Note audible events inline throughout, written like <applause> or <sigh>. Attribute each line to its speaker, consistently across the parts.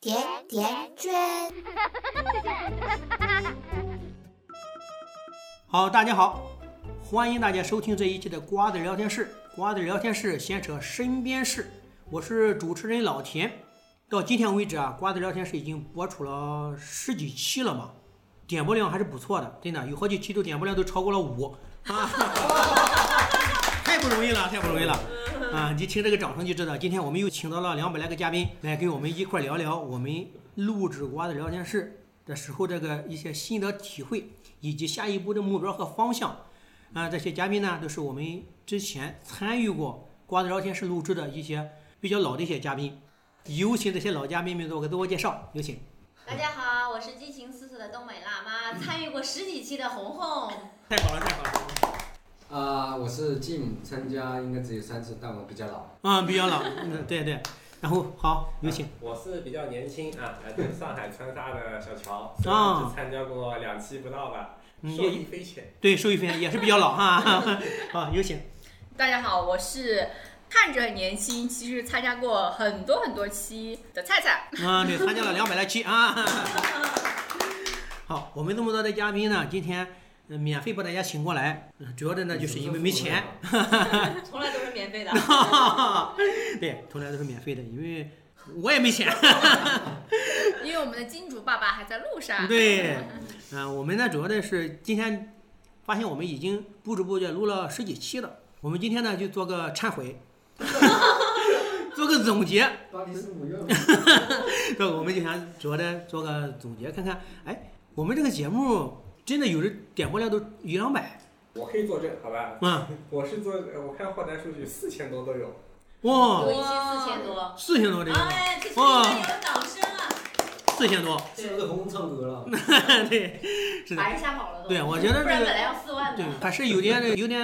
Speaker 1: 甜甜圈。
Speaker 2: 好，大家好，欢迎大家收听这一期的瓜子聊天室。瓜子聊天室闲扯身边事，我是主持人老田。到今天为止啊，瓜子聊天室已经播出了十几期了嘛，点播量还是不错的，真的有好几期都点播量都超过了五啊， <laughs> 太不容易了，太不容易了。啊，你听这个掌声就知道，今天我们又请到了两百来个嘉宾来跟我们一块儿聊聊我们录制瓜子聊天室的时候这个一些心得体会，以及下一步的目标和方向。啊，这些嘉宾呢都是我们之前参与过瓜子聊天室录制的一些比较老的一些嘉宾，有请这些老嘉宾们做个自我介绍，有请。
Speaker 3: 大家好，我是激情四射的东北辣
Speaker 4: <laughs>
Speaker 3: 妈，参与过十几期的红红。
Speaker 2: 太好了，太好了。
Speaker 5: 啊、我是 Jim，参加应该只有三次，但我比较老。
Speaker 2: 啊、比较老，嗯，对对。然后好，有请。
Speaker 6: 啊我是比较年轻啊，来自上海川沙的小
Speaker 5: <laughs>
Speaker 6: 乔，
Speaker 5: 哦
Speaker 6: 虽然
Speaker 2: 啊
Speaker 6: 只参加过两期不到吧，
Speaker 2: 嗯
Speaker 6: 受
Speaker 2: 也
Speaker 6: 益匪浅。
Speaker 2: 对，受益匪浅，也是比较老哈。 <laughs> 好，有请。
Speaker 4: 大家好，我是看着很年轻，其实参加过很多很多期的菜菜。
Speaker 2: 啊，对，参加了两百来期啊。好，我们这么多的嘉宾呢，今天呃免费把大家请过来，呃主要的呢就是因为没钱，
Speaker 3: 从来都是免费的。
Speaker 2: <laughs> 对，从来都是免费的，因为我也没钱。
Speaker 4: <laughs> 因为我们的金主爸爸还在路
Speaker 2: <laughs>
Speaker 4: 上。
Speaker 2: 对，嗯、我们呢主要的是今天发现我们已经不知不觉录了十几期了，我们今天呢就做个忏悔， <laughs> 做个总结。 <laughs>
Speaker 5: 到底是五月
Speaker 2: 对，我们就想主要的做个总结，看看，哎，我们这个节目真的有人点播量都一两百，
Speaker 6: 我可以作证，好吧？
Speaker 2: 嗯，
Speaker 6: <laughs> 我是做，呃我看后台数据四千多都有。
Speaker 2: 哇
Speaker 3: 有，一期四千多。
Speaker 2: 四千多这个，
Speaker 3: 哎，这是
Speaker 2: 哦
Speaker 3: 应该有掌声啊！
Speaker 2: 四千多， <laughs>
Speaker 5: 是不是红红唱歌了？
Speaker 2: 对，是的，
Speaker 3: 还是吓跑了都。
Speaker 2: 对，我觉得
Speaker 3: 不
Speaker 2: 这
Speaker 3: 然本
Speaker 2: 个。
Speaker 3: 来要四万
Speaker 2: 对
Speaker 3: 的。，
Speaker 2: 还是有点有点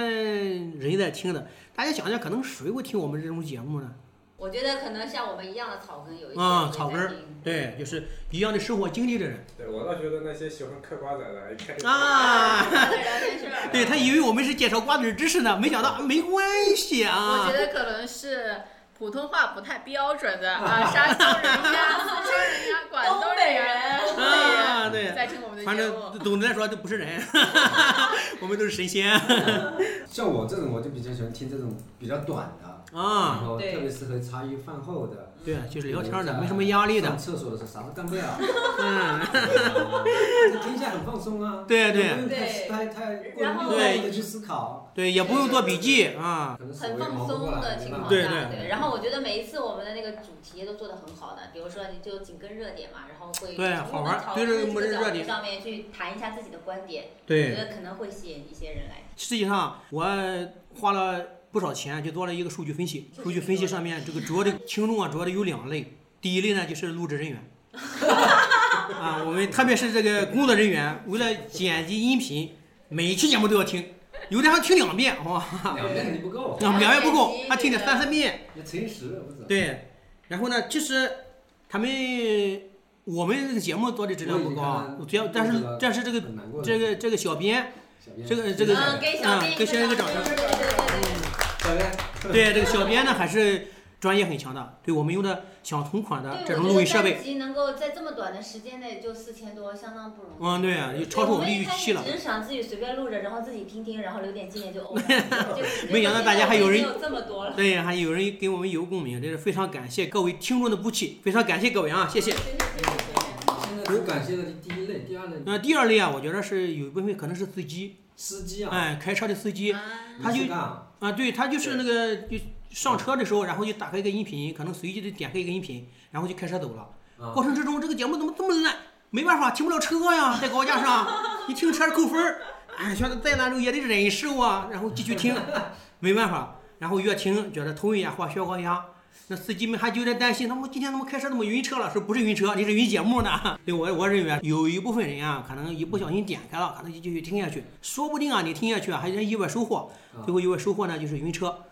Speaker 2: 人在听的。大家想想，可能谁会听我们这种节目呢？
Speaker 3: 我觉得可能像我们一样的草根有一些
Speaker 2: 啊、
Speaker 3: 人会在
Speaker 2: 草根儿
Speaker 3: 听， <laughs>
Speaker 2: 对，就是一样的生活经历的人
Speaker 6: 对我倒觉得那些喜欢嗑瓜子的，一看就 <laughs>
Speaker 2: 啊。
Speaker 3: 聊天室
Speaker 2: 对他以为我们是介绍瓜子知识呢，没想到没关系
Speaker 4: 我
Speaker 2: 啊
Speaker 4: 觉。得可能是普通话不太标
Speaker 2: <laughs>
Speaker 4: 准的啊，山东人呀、四川人呀、广东
Speaker 3: 东北
Speaker 4: 人呀、
Speaker 3: 人。
Speaker 4: 东北人
Speaker 2: 啊，对，
Speaker 4: <laughs> 在听我们的
Speaker 2: 反
Speaker 4: 节
Speaker 2: 正
Speaker 4: 目。
Speaker 2: 总的来说都不是
Speaker 4: <laughs>
Speaker 2: 人，我们都是神仙
Speaker 5: 像我这种，我就比较喜欢听这种比较短的，然
Speaker 2: 啊。
Speaker 5: 后
Speaker 3: 对
Speaker 5: 特别适合茶余饭后的，
Speaker 2: 对，啊就是聊天
Speaker 5: 在
Speaker 2: 的，没什么压力
Speaker 5: 上
Speaker 4: <laughs>
Speaker 2: 的。
Speaker 5: 厕所的时候啥都干不了，
Speaker 2: 嗯，
Speaker 5: 听起来很放松啊。
Speaker 2: 对对
Speaker 5: 也不用
Speaker 3: 对
Speaker 5: 太太太过于
Speaker 3: 然后
Speaker 5: 用力的去思考，
Speaker 2: 对，也不用做笔记啊。
Speaker 5: 可能手
Speaker 3: 很
Speaker 5: 也
Speaker 3: 放
Speaker 5: 忙不过
Speaker 3: 松
Speaker 5: 来
Speaker 3: 的情况下，
Speaker 2: 对对
Speaker 3: 对然后我觉得每一次我们的那个主题都做得很好的，比如说你就紧跟热点嘛，然后会
Speaker 2: 对啊好玩儿
Speaker 3: 从
Speaker 2: 对着
Speaker 3: 这
Speaker 2: 我们
Speaker 3: 个
Speaker 2: 这热
Speaker 3: 角
Speaker 2: 点
Speaker 3: 度
Speaker 2: 啊
Speaker 3: 上面去谈一下自己的观点，我觉
Speaker 2: 对，
Speaker 3: 得可能会吸引一些人来。
Speaker 2: 实际上我花了不少钱就做了一个数据分析。数据分析上面这个主要的听众啊，主要的有两类。第一类呢就是录制人
Speaker 3: <laughs>
Speaker 2: 员，啊，我们特别是这个工作人员，为了剪辑音频，每一期节目都要听，有的还听两遍，哇，
Speaker 5: 两遍肯定不够，
Speaker 2: 两
Speaker 3: 两
Speaker 2: 遍
Speaker 3: 遍
Speaker 2: 不
Speaker 3: <laughs>
Speaker 2: 够
Speaker 3: 集，
Speaker 2: 还听得
Speaker 3: 这个
Speaker 2: 三四遍。
Speaker 5: 要乘以十，不止。
Speaker 2: 对，然后呢，其实他们我们这个节目做的质量不高啊，主要但是但是这个
Speaker 5: 很难过的。
Speaker 2: 这个这个小编，
Speaker 5: 小编，
Speaker 2: 这个这个
Speaker 3: 嗯，给小编
Speaker 2: 嗯给小编一个掌声
Speaker 3: 对对对对
Speaker 5: 小编，
Speaker 2: <laughs> 对这个小编呢还是专业很强的，对我们用的想同款的
Speaker 3: 对，
Speaker 2: 这种录音设
Speaker 3: 我觉得
Speaker 2: 备，
Speaker 3: 单集能够在这么短的时间内就四千多，相当不容易。
Speaker 2: 嗯，对啊，也超出我们的预期了 <laughs>
Speaker 3: 我们一开始。只是想自己随便录着，然后自己听听，然后留点纪念就 OK 了。就
Speaker 2: 没想到大家还有人
Speaker 3: 有这么多了。
Speaker 2: 对，还有人给我们有共鸣，这是非常感谢各位听众的不弃，非常感谢各位啊，谢谢。
Speaker 5: 现在只感谢的第一类，第二类
Speaker 2: 那第二类啊，我觉得是有一部分可能是司机，
Speaker 5: 司机啊，
Speaker 2: 哎，开车的司机，他
Speaker 5: 你
Speaker 2: 就是
Speaker 5: 干啊
Speaker 2: 啊，对他就是那个就上车的时候，然后就打开一个音频，可能随机的点开一个音频，然后就开车走了。
Speaker 5: 啊
Speaker 2: 过程之中，这个节目怎么这么烂？没办法，停不了车呀，在高架上，一停车扣分儿。哎，觉得再难受也得忍受啊，然后继续听，没办法。然后越听觉得头晕眼花、消高压，那司机们还就有点担心，他们今天他们开车怎么晕车了？说不是晕车，你是晕节目呢。 <laughs> 对我我认为啊有一部分人啊，可能一不小心点开了，可能就继续听下去，说不定啊你听下去啊还有点意外收获，最后意外收获呢就是晕车。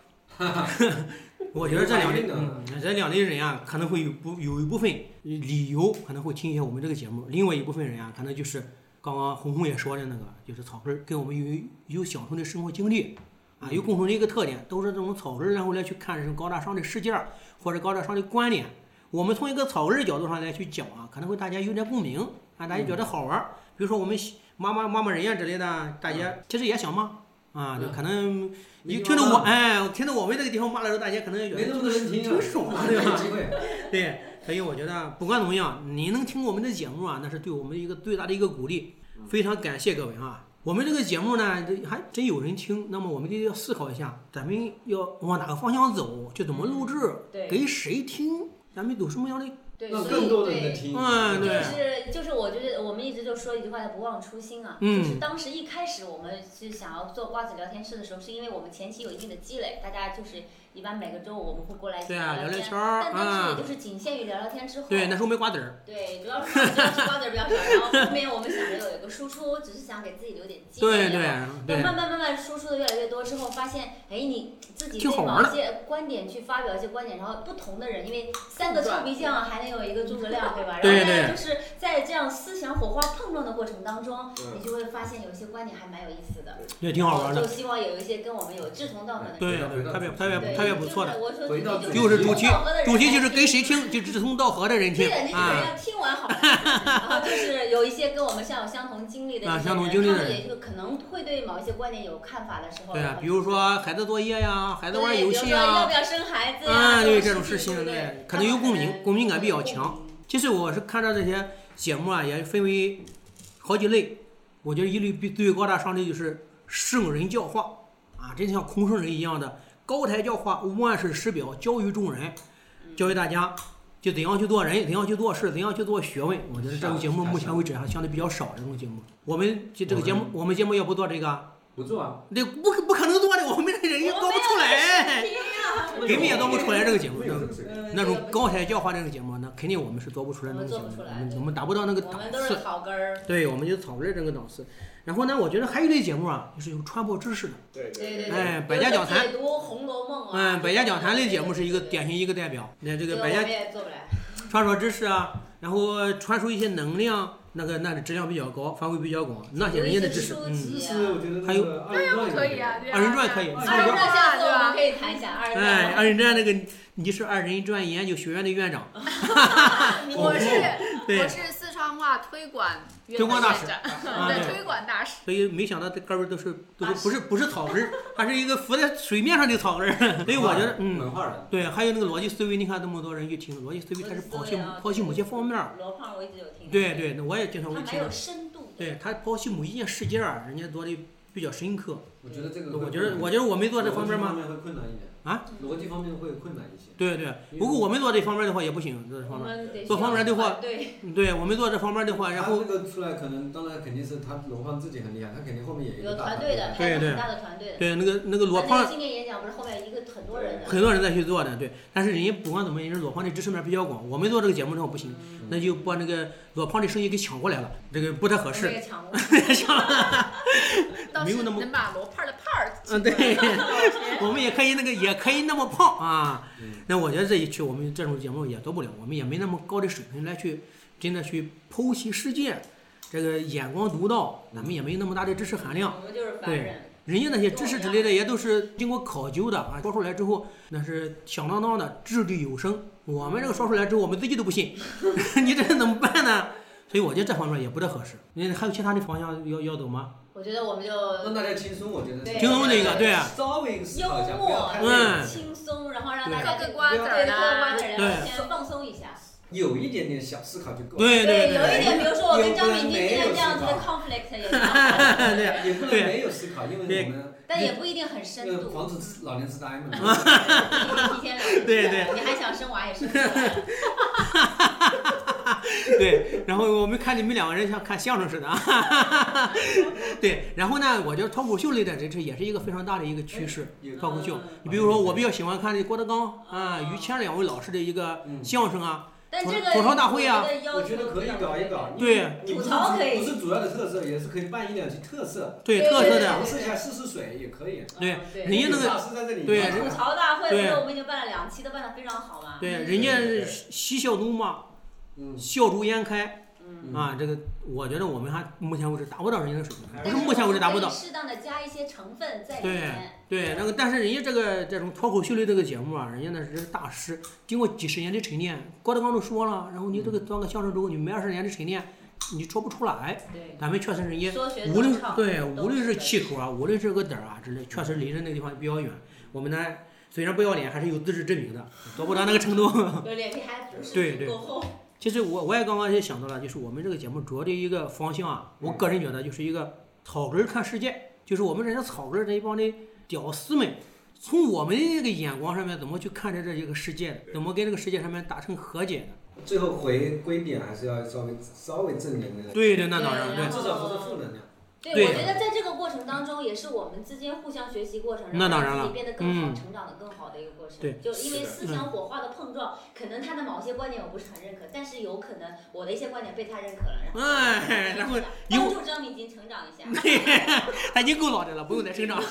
Speaker 2: 我觉得这两类、嗯、这两类人啊，可能会有不有一部分理由可能会听一下我们这个节目，另外一部分人啊，可能就是刚刚红红也说的那个，就是草根儿跟我们有有相同的生活经历啊，有共同的一个特点，都是这种草根儿，然后来去看这种高大上的事件儿或者高大上的观点。我们从一个草根儿角度上来去讲啊，可能会大家有点共鸣啊，大家觉得好玩儿。比如说我们喜骂骂骂骂人呀之类的，大家
Speaker 5: 嗯
Speaker 2: 其实也想骂啊，就可能你听着我哎，听着我们这个地方骂的时候，大家可能也觉
Speaker 5: 没
Speaker 2: 得
Speaker 5: 那么多人听啊，
Speaker 2: 挺爽
Speaker 5: <laughs>
Speaker 2: 的，对吧？
Speaker 5: 机会。
Speaker 2: 对，所以我觉得不管怎么样，你能听我们的节目啊，那是对我们一个最大的一个鼓励，
Speaker 5: 嗯
Speaker 2: 非常感谢各位啊。我们这个节目呢，这还真有人听，那么我们就要思考一下，咱们要往哪个方向走，就怎么录制，
Speaker 3: 对
Speaker 2: 给谁听，咱们有什么样的
Speaker 3: 对，
Speaker 5: 让
Speaker 3: 所以
Speaker 5: 更多的人
Speaker 3: 对
Speaker 5: 能听。
Speaker 2: 嗯对
Speaker 3: 就是就是，我觉得我们一直就说一句话叫不忘初心啊。
Speaker 2: 嗯
Speaker 3: 就是当时一开始我们是想要做瓜子聊天室的时候，是因为我们前期有一定的积累，大家就是一般每个周我们会过来一起
Speaker 2: 对啊，聊
Speaker 3: 聊
Speaker 2: 聊
Speaker 3: 天。
Speaker 2: 天儿
Speaker 3: 但当时也
Speaker 2: 啊，
Speaker 3: 就是仅限于聊聊天之后，
Speaker 2: 对，那时候没瓜子儿，
Speaker 3: 对主要是主要是瓜子比较少，然后后面我们想着有一个输出，只是想给自己留点积
Speaker 2: 对
Speaker 3: 累，
Speaker 2: 对
Speaker 3: 等
Speaker 2: 对
Speaker 3: 慢慢慢慢输出的越来越多之后，发现哎，你自己
Speaker 2: 挺
Speaker 3: 对
Speaker 2: 好
Speaker 3: 某
Speaker 2: 玩
Speaker 3: 一些观点去发表一些观点，然后不同的人，因为三个臭皮匠还能有一个诸葛亮，对
Speaker 2: <laughs>
Speaker 3: 吧？
Speaker 2: 对
Speaker 3: 然后
Speaker 2: 对
Speaker 3: 大家就是在这样思想火花碰撞的过程当中，
Speaker 6: 嗯
Speaker 3: 你就会发现有一些观点还蛮有意思的，
Speaker 2: 也挺好玩
Speaker 3: 就
Speaker 2: 的，
Speaker 3: 希望有一些跟我们有志同道合的人。
Speaker 2: 对对，特别特别
Speaker 3: 对，
Speaker 2: 特别不错的，
Speaker 3: 就是我说
Speaker 5: 回到
Speaker 3: 主题
Speaker 2: 就是
Speaker 3: 志
Speaker 2: 主
Speaker 3: 同
Speaker 2: 题
Speaker 3: 道合的人
Speaker 2: 主题就是给谁听，就志同道合的人听
Speaker 3: 对的，你就
Speaker 2: 啊
Speaker 3: 是。要听完好吗？然后就是有一些跟我们像有相同经历的一些
Speaker 2: 啊
Speaker 3: 人，
Speaker 2: 相同经历的
Speaker 3: 他们
Speaker 2: 人
Speaker 3: 也就可能会对某一些观点有看法的时候，
Speaker 2: 对
Speaker 3: 然
Speaker 2: 啊
Speaker 3: 后，
Speaker 2: 比如说孩子作业呀，孩子玩
Speaker 3: 对
Speaker 2: 游
Speaker 3: 比如
Speaker 2: 戏
Speaker 3: 说要
Speaker 2: 呀
Speaker 3: 不，要生孩子呀？
Speaker 2: 啊，对这
Speaker 3: 这
Speaker 2: 种事
Speaker 3: 情，
Speaker 2: 情，
Speaker 3: 对
Speaker 2: 对，可能有共鸣，共鸣感比较强。。其实我是看到这些节目啊，也分为好几类，我觉得一类比最高大上的就是圣人教化啊，真像孔圣人一样的高台教化，万世师表，教育众人，教育大家就怎样去做人，怎样去做事，怎样去做学问。我觉得这种节目目前为止还相对比较少，这种节目，我们就这个节目，我们节目要不做这个，
Speaker 5: 不做啊，
Speaker 2: 那不可不可能做的，我们这人也做哎不出来。哎
Speaker 3: 啊
Speaker 2: 你们也做不出来这个节目，
Speaker 6: 有这个水平
Speaker 2: 那种高台教化这个节目，那肯定我们是做不出来那
Speaker 3: 我
Speaker 2: 种
Speaker 3: 们做
Speaker 2: 节目
Speaker 3: 不出
Speaker 2: 的，
Speaker 3: 来
Speaker 2: 我们
Speaker 3: 对
Speaker 2: 我们达不到那个
Speaker 3: 我
Speaker 2: 档
Speaker 3: 们都是
Speaker 2: 次。
Speaker 3: 草根儿，
Speaker 2: 对，我们就草根这个档次。然后呢，我觉得还有一类节目啊，就是有传播知识的，
Speaker 6: 对
Speaker 3: 对
Speaker 6: 对
Speaker 3: 对。
Speaker 2: 哎，百家讲坛，
Speaker 3: 解读《红楼梦》啊。
Speaker 2: 嗯，百家讲坛类节目是一个典型一个代表。那这
Speaker 3: 对。对
Speaker 2: 个
Speaker 3: 对
Speaker 2: 百
Speaker 3: 我
Speaker 2: 家
Speaker 3: 们也做不来。
Speaker 2: 传授知识啊，然后传输一些能量，那个那个质量比较高，范围比较广，那些人家的知识，
Speaker 3: 有一
Speaker 2: 嗯，
Speaker 3: 些
Speaker 5: 知
Speaker 3: 书籍啊
Speaker 5: 识我觉得
Speaker 2: 还
Speaker 5: 那
Speaker 2: 有
Speaker 5: 个
Speaker 4: 对呀，不可以啊，对呀。
Speaker 2: 二人转可以
Speaker 5: 二
Speaker 3: 二
Speaker 5: 人
Speaker 3: 人转下次
Speaker 4: 对
Speaker 3: 我们
Speaker 4: 吧？
Speaker 3: 可以谈一下二人
Speaker 2: 哎，
Speaker 3: 转。
Speaker 2: 二人转那个你是二人转研究学院的院长，
Speaker 4: 我
Speaker 2: 哎
Speaker 4: 是
Speaker 2: 哦
Speaker 3: 嗯
Speaker 2: 对
Speaker 4: 我，是四川话推广院
Speaker 2: 推广大使
Speaker 4: 的院长，
Speaker 2: 啊
Speaker 4: 对
Speaker 2: 对。
Speaker 4: 推广大使。
Speaker 2: 所以没想到这哥们儿都是都是不是不是草根儿，还是一个浮在水面上的草根儿。所以我觉得， <laughs> 嗯，
Speaker 5: 文化人，
Speaker 2: 对，还有那个逻辑思维，你看那么多人去听逻辑思维，它是剖析剖析某些方面儿。
Speaker 3: 啊罗胖我一直有听。
Speaker 2: 对。对，那我也经
Speaker 3: 他
Speaker 2: 常会
Speaker 3: 蛮
Speaker 2: 听
Speaker 3: 有。深度的。
Speaker 2: 对他剖析某一件事件儿，人家做的比较深刻。
Speaker 5: 我觉得这个会
Speaker 2: 我觉得我觉得我没做这方面
Speaker 5: 逻
Speaker 2: 吗？
Speaker 5: 辑方面会困难一点
Speaker 2: 啊，
Speaker 5: 逻辑方面会困难一些。
Speaker 2: 对对，不过我没做这方面的话也不行，这
Speaker 3: 我
Speaker 2: 方面。
Speaker 3: 们得
Speaker 2: 做方面的话
Speaker 3: 对，
Speaker 2: 对我没做这方面的话，啊然后
Speaker 5: 他这个出来可能，当然肯定是他罗胖自己很厉害，他肯定后面也有一
Speaker 3: 有
Speaker 5: 个大
Speaker 3: 团队的，
Speaker 2: 对
Speaker 3: 还有
Speaker 2: 对
Speaker 3: 很大的团队的。
Speaker 2: 对那个那个裸
Speaker 3: 他那
Speaker 2: 胖
Speaker 3: 个新年演讲不是后面一个很多人的。
Speaker 2: 很多人在去做的，对。但是人家不管怎么，人家裸胖的知识面比较广，我们做这个节目的话不行，那就把那个裸胖的生意给抢过来了，这个不太合
Speaker 3: 我
Speaker 2: 适
Speaker 3: 们。也抢
Speaker 2: <laughs>
Speaker 3: 过。
Speaker 4: 倒
Speaker 2: 没
Speaker 4: 是
Speaker 2: 有那么
Speaker 4: 能把罗胖的胖儿
Speaker 2: 嗯，对，我们也可以那个，也可以那么胖啊
Speaker 5: 嗯。
Speaker 2: 那我觉得这一期我们这种节目也做不了，我们也没那么高的水平来去真的去剖析世界，这个眼光独到，咱们也没那么大的知识含量。
Speaker 3: 我们就是凡人。
Speaker 2: 人家那些知识之类的也都是经过考究的啊，说出来之后那是响当当的，掷地有声。我们这个说出来之后，我们自己都不信， <laughs> 你这怎么办呢？所以我觉得这方面也不太合适。你还有其他的方向要要走吗？
Speaker 3: 我觉得我们就
Speaker 5: 让大家轻松，我觉得
Speaker 3: 对
Speaker 2: 轻松的一个，对啊，
Speaker 5: 稍微嗯思
Speaker 3: 幽
Speaker 5: 考一下，不要
Speaker 3: 默、
Speaker 5: 太
Speaker 2: 嗯
Speaker 3: 轻松，然后让大
Speaker 4: 嗑
Speaker 3: 家
Speaker 4: 个瓜子
Speaker 3: 对嗑
Speaker 4: 儿
Speaker 3: 瓜子儿，
Speaker 4: 啦。
Speaker 3: 然后先放松一下。
Speaker 5: 有一点点小思考就够了。
Speaker 2: 对对
Speaker 3: 有一
Speaker 2: 对，
Speaker 3: 点，比如说我跟张敏今天这样子的 conflict
Speaker 2: <laughs>
Speaker 3: 也挺好，
Speaker 2: 对
Speaker 5: 也不能没有思考，因为我们
Speaker 3: 但也不一定很
Speaker 5: 那
Speaker 3: 深
Speaker 5: 个
Speaker 3: 度。
Speaker 5: 防止老年痴呆嘛。
Speaker 2: 嗯
Speaker 3: 提前了，
Speaker 2: 对对，
Speaker 3: 你还想生娃也生不出来。
Speaker 2: 对，然后我们看你们两个人像看相声似的啊， <laughs> 对，然后呢，我觉得脱口秀类的这这也是一个非常大的一个趋势。
Speaker 5: 有
Speaker 2: 脱口秀，你比如说我比较喜欢看这郭德纲啊、于谦两位老师的一个
Speaker 5: 嗯
Speaker 2: 相声啊，
Speaker 3: 但这个
Speaker 5: 我觉得可以搞一搞。
Speaker 2: 对啊
Speaker 5: 你不是
Speaker 3: 吐槽可以
Speaker 5: 不是主要的特色，也是可以办一两期特色，
Speaker 2: 对
Speaker 3: 对
Speaker 2: 特色的
Speaker 5: 尝试一下试试水也可以。
Speaker 3: 对。
Speaker 2: 人家那个
Speaker 5: 大师在这里，
Speaker 2: 对啊
Speaker 5: 你
Speaker 3: 吐
Speaker 5: 看
Speaker 3: 槽大会，我们已经办了两嗯期，都办得非常好嘛。
Speaker 2: 对，
Speaker 5: 对
Speaker 2: 人家
Speaker 5: 对
Speaker 2: 嬉笑怒骂，
Speaker 5: 嗯，
Speaker 2: 笑逐颜开，
Speaker 3: 嗯，
Speaker 2: 啊，这个我觉得我们还目前为止达不到人家的水平，
Speaker 6: 嗯
Speaker 2: 不是目前为止达不到
Speaker 3: 但。是我们可以适当的加一些成分在里面。
Speaker 2: 对，那个但是人家这个这种脱口秀类这个节目啊，人家那是大师，经过几十年的沉淀，郭德纲都说了，然后你这个当个相声之后，你没二十年的沉淀，你说不出来。
Speaker 3: 对
Speaker 2: 咱们确实人家
Speaker 3: 说学
Speaker 2: 无论
Speaker 3: 逗唱
Speaker 2: 对，
Speaker 3: 都
Speaker 2: 无论是
Speaker 3: 的
Speaker 2: 气口啊，无论是个底儿啊之类，确实离着那个地方比较远。我们呢，虽然不要脸，还是有自知之明的，做不到那个程度。
Speaker 3: 有脸皮还不
Speaker 2: 对
Speaker 3: 是
Speaker 2: 对
Speaker 3: 够厚。
Speaker 2: 其实我我也刚刚也想到了，就是我们这个节目主要的一个方向啊，我个人觉得就是一个草根儿看世界，就是我们人家草根儿这一帮的屌丝们，从我们这个眼光上面怎么去看待这一个世界的，怎么跟这个世界上面达成和解的。
Speaker 5: 最后回归点还是要稍微稍微正能量，
Speaker 2: 对的，那当然
Speaker 3: 对
Speaker 2: 对
Speaker 3: 然，后
Speaker 5: 至少不是负能量。
Speaker 3: 对，
Speaker 2: 对
Speaker 3: 我觉得在这个过程当中，也是我们之间互相学习过程，
Speaker 2: 那当然
Speaker 3: 让
Speaker 2: 了
Speaker 3: 自己变得更好、
Speaker 2: 嗯
Speaker 3: 成长的更好的一个过程。
Speaker 2: 对嗯
Speaker 3: 就因为
Speaker 6: 是的
Speaker 3: 思想火花的碰撞，可能他的某些观点我不是很认可，但是有可能我的一些观点被他认可了，然后
Speaker 2: 哎，然后
Speaker 3: 帮助张敏金成长一下。
Speaker 2: <laughs> 他已经够老的了，不用再生长。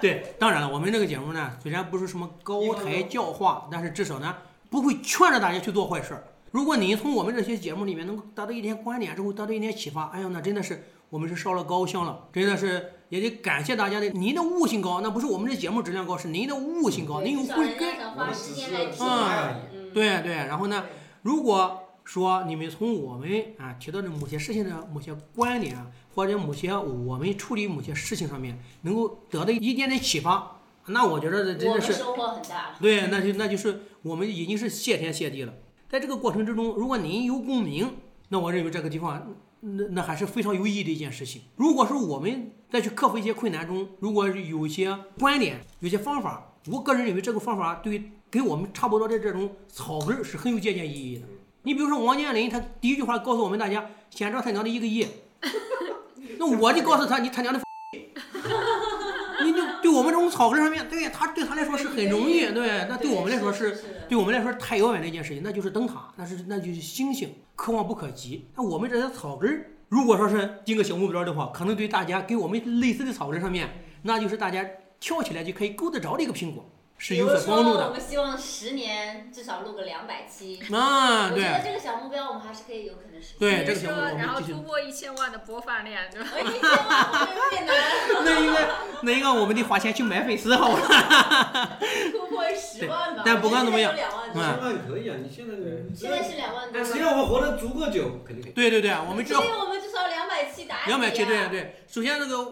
Speaker 2: 对，当然了，我们这个节目呢，虽然不是什么高抬教化，但是至少呢，不会劝着大家去做坏事儿。如果你从我们这些节目里面能够得到一点观点之后，得到一点启发，哎呀，那真的是我们是烧了高香了，真的是也得感谢大家的，您的悟性高，那不是我们这节目质量高，是您的悟性高，
Speaker 3: 对
Speaker 2: 您
Speaker 3: 至少
Speaker 2: 会
Speaker 3: 人家
Speaker 2: 跟
Speaker 3: 想
Speaker 5: 我
Speaker 3: 花
Speaker 5: 们
Speaker 3: 时
Speaker 5: 只
Speaker 3: 间
Speaker 5: 是
Speaker 3: 来听
Speaker 2: 嗯
Speaker 3: 而已。嗯，
Speaker 2: 对对，然后呢，
Speaker 3: 对
Speaker 2: 如果说你们从我们啊提到的某些事情的某些观点啊，或者某些我们处理某些事情上面能够得到一点点启发，那我觉得这真
Speaker 3: 我
Speaker 2: 的
Speaker 3: 们
Speaker 2: 是
Speaker 3: 收获很大了。
Speaker 2: 对，那就那就是我们已经是谢天谢地了。在这个过程之中，如果您有共鸣，那我认为这个地方那那还是非常有意义的一件事情。如果是我们再去克服一些困难中，如果有一些观点、有些方法，我个人认为这个方法对于跟我们差不多的这种草根儿是很有借鉴意义的。你比如说王健林，他第一句话告诉我们大家 <laughs> “显着他娘的一个亿”， <laughs> 那我就告诉他你他娘的， <laughs> 你就对我们这种草根儿上面，对他对他来说是很容易，对，那对我们来说是对我们来说太遥远的一件事情，那就是灯塔，那是那就是星星，可望不可及。那我们这些草根儿，如果说是定个小目标的话，可能对大家跟我们类似的草根儿上面，那就是大家跳起来就可以够得着的一个苹果，是有所帮助
Speaker 3: 比如说我
Speaker 2: 的。
Speaker 3: 们希望十年至少录个两百期，我
Speaker 2: 啊，
Speaker 3: 觉得
Speaker 2: 对
Speaker 3: 这个小目标我们还是可以有可能实现。
Speaker 2: 对，
Speaker 4: 比
Speaker 2: 这
Speaker 4: 如
Speaker 2: 个小目标我
Speaker 4: 说，然后
Speaker 2: 们继续
Speaker 4: 突。破一千万的播放量，对吧？
Speaker 3: 哎一千万好像有点难，
Speaker 2: 那应该那应该我们得花钱去买粉丝好吧？
Speaker 3: 突破十万吧。
Speaker 2: 但不管怎么样
Speaker 3: 我觉得现在有两万多，
Speaker 2: 嗯
Speaker 5: 千万可以啊，你现在
Speaker 3: 现在是两万多
Speaker 5: 但
Speaker 3: 了。
Speaker 5: 只要我们活得足够久，肯定可以。
Speaker 2: 对对对，我们只
Speaker 3: 所
Speaker 2: 要
Speaker 3: 以我们至少两百期打底啊
Speaker 2: 两百期，对对。首先那个那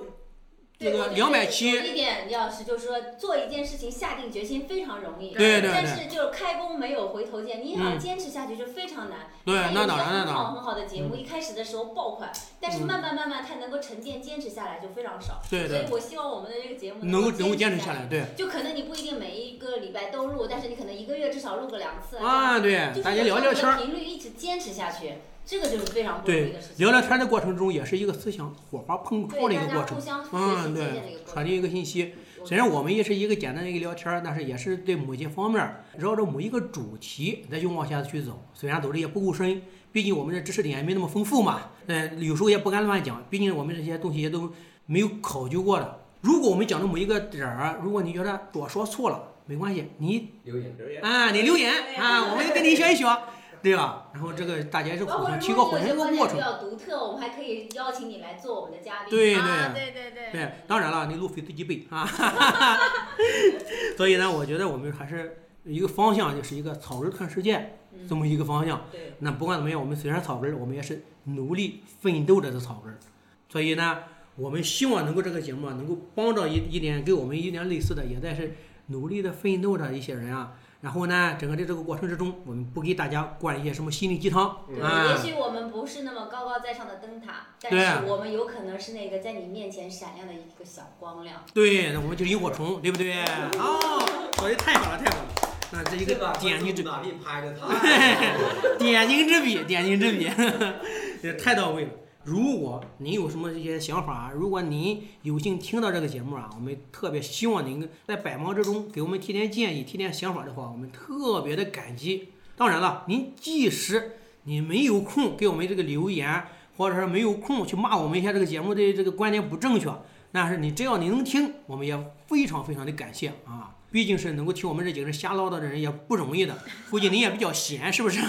Speaker 3: 对
Speaker 2: 个
Speaker 3: 我觉得
Speaker 2: 两百
Speaker 3: 有
Speaker 2: 期，
Speaker 3: 一点要是就是说做一件事情下定决心非常容易，
Speaker 2: 对对对
Speaker 3: 但是就是开弓没有回头箭，你想
Speaker 2: 嗯
Speaker 3: 坚持下去就非常难。
Speaker 2: 对
Speaker 3: 你看
Speaker 2: 那
Speaker 3: 有一
Speaker 2: 当
Speaker 3: 些
Speaker 2: 然那
Speaker 3: 很
Speaker 2: 当然
Speaker 3: 好很好的节目，一开始的时候爆款，但是
Speaker 2: 嗯
Speaker 3: 慢慢慢慢它能够沉淀坚持下来就非常少。
Speaker 2: 对
Speaker 3: 所以
Speaker 2: 对，
Speaker 3: 我希望我们的这个节目
Speaker 2: 能够能
Speaker 3: 能
Speaker 2: 够
Speaker 3: 够
Speaker 2: 坚持
Speaker 3: 下
Speaker 2: 下。来，对
Speaker 3: 就可能你不一定每一个礼拜都录，但是你可能一个月至少录个两次
Speaker 2: 啊，对
Speaker 3: 这样，就是
Speaker 2: 大家聊聊
Speaker 3: 这
Speaker 2: 天
Speaker 3: 样
Speaker 2: 儿
Speaker 3: 的。频率一直坚持下去，这个就是非常不容易
Speaker 2: 对
Speaker 3: 的事，情。
Speaker 2: 聊聊天的过程中也是一个思想火花碰撞的
Speaker 3: 对
Speaker 2: 一个
Speaker 3: 大
Speaker 2: 过
Speaker 3: 家
Speaker 2: 程
Speaker 3: 互，相学习
Speaker 2: 嗯，
Speaker 3: 借鉴的一
Speaker 2: 对
Speaker 3: 个，过程
Speaker 2: 传。递一个信息。
Speaker 3: 我
Speaker 2: 虽然我们也是一个简单的一个聊天儿，但是也是对某些方面儿绕着某一个主题再去往下去走，虽然走的也不够深，毕竟我们的知识点也没那么丰富嘛，呃，有时候也不敢乱讲，毕竟我们这些东西也都没有考究过的。如果我们讲到某一个点儿，啊如果你觉得我说错了，没关系，你
Speaker 5: 留言，
Speaker 6: 留言。
Speaker 2: 啊，你留言啊，我们跟你学一学，对吧？然后这个大家是
Speaker 3: 包
Speaker 2: 互
Speaker 3: 括
Speaker 2: 相
Speaker 3: 如
Speaker 2: 提高
Speaker 3: 果
Speaker 2: 互
Speaker 3: 你有些
Speaker 2: 相一个
Speaker 3: 观
Speaker 2: 过
Speaker 3: 点
Speaker 2: 程
Speaker 3: 比，较独特，我们还可以邀请你来做我们的嘉宾。
Speaker 2: 对
Speaker 4: 啊，
Speaker 2: 对。
Speaker 4: 对对对。
Speaker 2: 对，当然了，你路费自己背啊。 <laughs> 所以呢，我觉得我们还是一个方向，就是一个草根看世界
Speaker 3: 嗯，
Speaker 2: 这么一个方向。
Speaker 3: 对，
Speaker 2: 那不管怎么样，我们虽然草根儿，我们也是努力奋斗着的草根儿。所以呢，我们希望能够这个节目啊，能够帮到一一点跟我们一点类似的，也在是努力的奋斗着一些人啊。然后呢，整个的这个过程之中，我们不给大家灌一些什么心灵鸡汤
Speaker 6: 嗯
Speaker 3: 也
Speaker 2: 啊。
Speaker 3: 许我们不是那么高高在上的灯塔，
Speaker 2: 对啊
Speaker 3: 但是我们有可能是那个在你面前闪亮的一个小光亮。
Speaker 2: 对，那我们就是萤火虫，对不对？哦，说的太好了，太好了。那这一个点睛之
Speaker 5: 哪里拍的？
Speaker 2: <laughs> 点睛之笔，点睛之笔， <laughs> 这太到位了。如果您有什么这些想法啊，如果您有幸听到这个节目啊，我们特别希望您在百忙之中给我们提点建议、提点想法的话，我们特别的感激。当然了，您即使你没有空给我们这个留言，或者是没有空去骂我们一下这个节目的这个观点不正确，但是你只要你能听，我们也非常非常的感谢啊！毕竟是能够听我们这几个人瞎唠叨的人也不容易的，估计您也比较闲，是不是？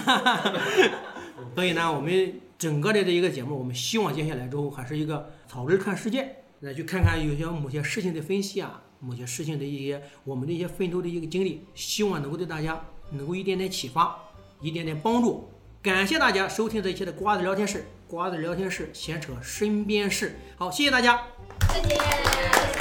Speaker 2: <laughs> 所以呢，我们整个的这一个节目，我们希望接下来之后还是一个草根看世界，来去看看有些某些事情的分析啊，某些事情的一些我们的一些奋斗的一个经历，希望能够对大家能够一点点启发，一点点帮助。感谢大家收听这一期的瓜子聊天室，瓜子聊天室闲扯身边事。好，谢谢大家。
Speaker 3: 再见。